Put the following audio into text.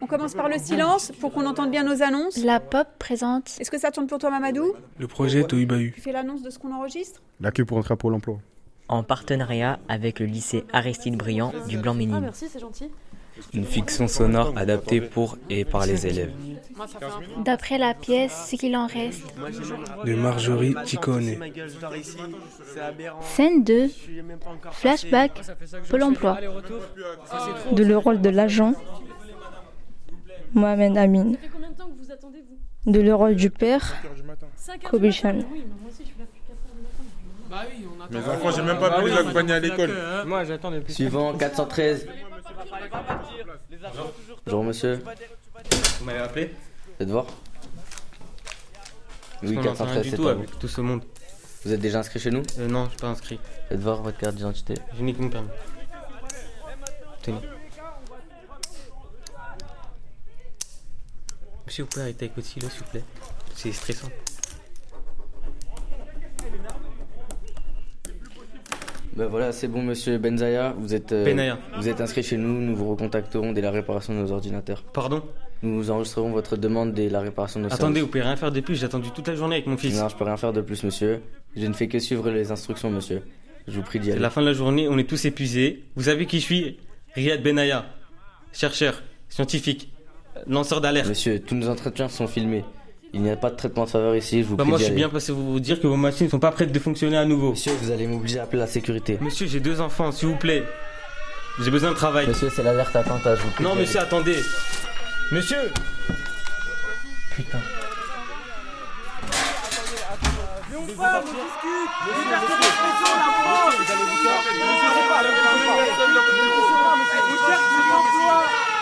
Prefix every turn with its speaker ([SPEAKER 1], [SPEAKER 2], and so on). [SPEAKER 1] On commence par le silence pour qu'on entende bien nos annonces.
[SPEAKER 2] La pop présente
[SPEAKER 1] Est-ce que ça tourne pour toi, Mamadou
[SPEAKER 3] Le projet Tohubahu.
[SPEAKER 1] Tu fais l'annonce de ce qu'on enregistre
[SPEAKER 4] La queue pour entrer à Pôle emploi.
[SPEAKER 5] en partenariat avec le lycée Aristide Briand du
[SPEAKER 6] Ah
[SPEAKER 5] Blanc-Ménil.
[SPEAKER 6] merci, c'est gentil.
[SPEAKER 7] Une fiction sonore adaptée pour et par les élèves.
[SPEAKER 6] Moi, ça fait un peu.
[SPEAKER 2] d'après la pièce ce qu'il en reste.
[SPEAKER 3] De Marjorie Ticone.
[SPEAKER 2] Scène 2 Flashback Pôle emploi
[SPEAKER 8] de le rôle de l'agent Mohamed Amin,
[SPEAKER 6] Ça fait combien de temps que vous attendez, vous
[SPEAKER 8] de le rôle du père Kobe Chan.
[SPEAKER 9] Mes enfants, j'ai même pas pu les accompagner à l'école.
[SPEAKER 10] Suivant 413. Bonjour monsieur,
[SPEAKER 7] Vous m'avez appelé
[SPEAKER 10] le devoir
[SPEAKER 7] Parce
[SPEAKER 10] Oui,
[SPEAKER 7] qu'on n'entend rien
[SPEAKER 10] 413,
[SPEAKER 7] du
[SPEAKER 10] c'est
[SPEAKER 7] tout
[SPEAKER 10] à vous.
[SPEAKER 7] avec tout ce monde.
[SPEAKER 10] Vous êtes déjà inscrit chez nous
[SPEAKER 7] Euh, non, je suis pas inscrit.
[SPEAKER 10] Le devoir, votre carte d'identité.
[SPEAKER 7] Je n'ai que mon permis. Tenez. Monsieur, vous pouvez arrêter avec votre stylo, s'il vous plaît. C'est stressant.
[SPEAKER 10] Ben voilà, c'est bon monsieur Benzaya, vous êtes, euh,
[SPEAKER 7] Benaya.
[SPEAKER 10] vous êtes inscrit chez nous, nous vous recontacterons dès la réparation de nos ordinateurs.
[SPEAKER 7] Pardon
[SPEAKER 10] Nous enregistrerons votre demande dès la réparation de nos
[SPEAKER 7] Attendez, vous
[SPEAKER 10] services.
[SPEAKER 7] pouvez rien faire depuis, j'ai attendu toute la journée avec mon fils.
[SPEAKER 10] Non, je peux rien faire de plus monsieur. Je ne fais que suivre les instructions monsieur. Je vous prie d'y
[SPEAKER 7] C'est
[SPEAKER 10] aller.
[SPEAKER 7] la fin de la journée, on est tous épuisés. Vous savez qui je suis Riyad Benaya, chercheur, scientifique, lanceur d'alerte.
[SPEAKER 10] Monsieur, tous nos entretiens sont filmés. Il n'y a pas de traitement de faveur ici, je vous
[SPEAKER 7] Bah,
[SPEAKER 10] prie
[SPEAKER 7] moi,
[SPEAKER 10] d'y
[SPEAKER 7] je suis
[SPEAKER 10] aller.
[SPEAKER 7] bien passé vous dire que vos machines ne sont pas prêtes de fonctionner à nouveau.
[SPEAKER 10] Monsieur, vous allez m'obliger à appeler la sécurité.
[SPEAKER 7] Monsieur, j'ai deux enfants, s'il vous plaît. J'ai besoin de travail.
[SPEAKER 10] Monsieur, c'est l'alerte attentat, je vous prie
[SPEAKER 7] Non,
[SPEAKER 10] d'y aller.
[SPEAKER 7] monsieur, attendez. Monsieur
[SPEAKER 10] Putain.
[SPEAKER 9] Personne n'a pu les comprendre.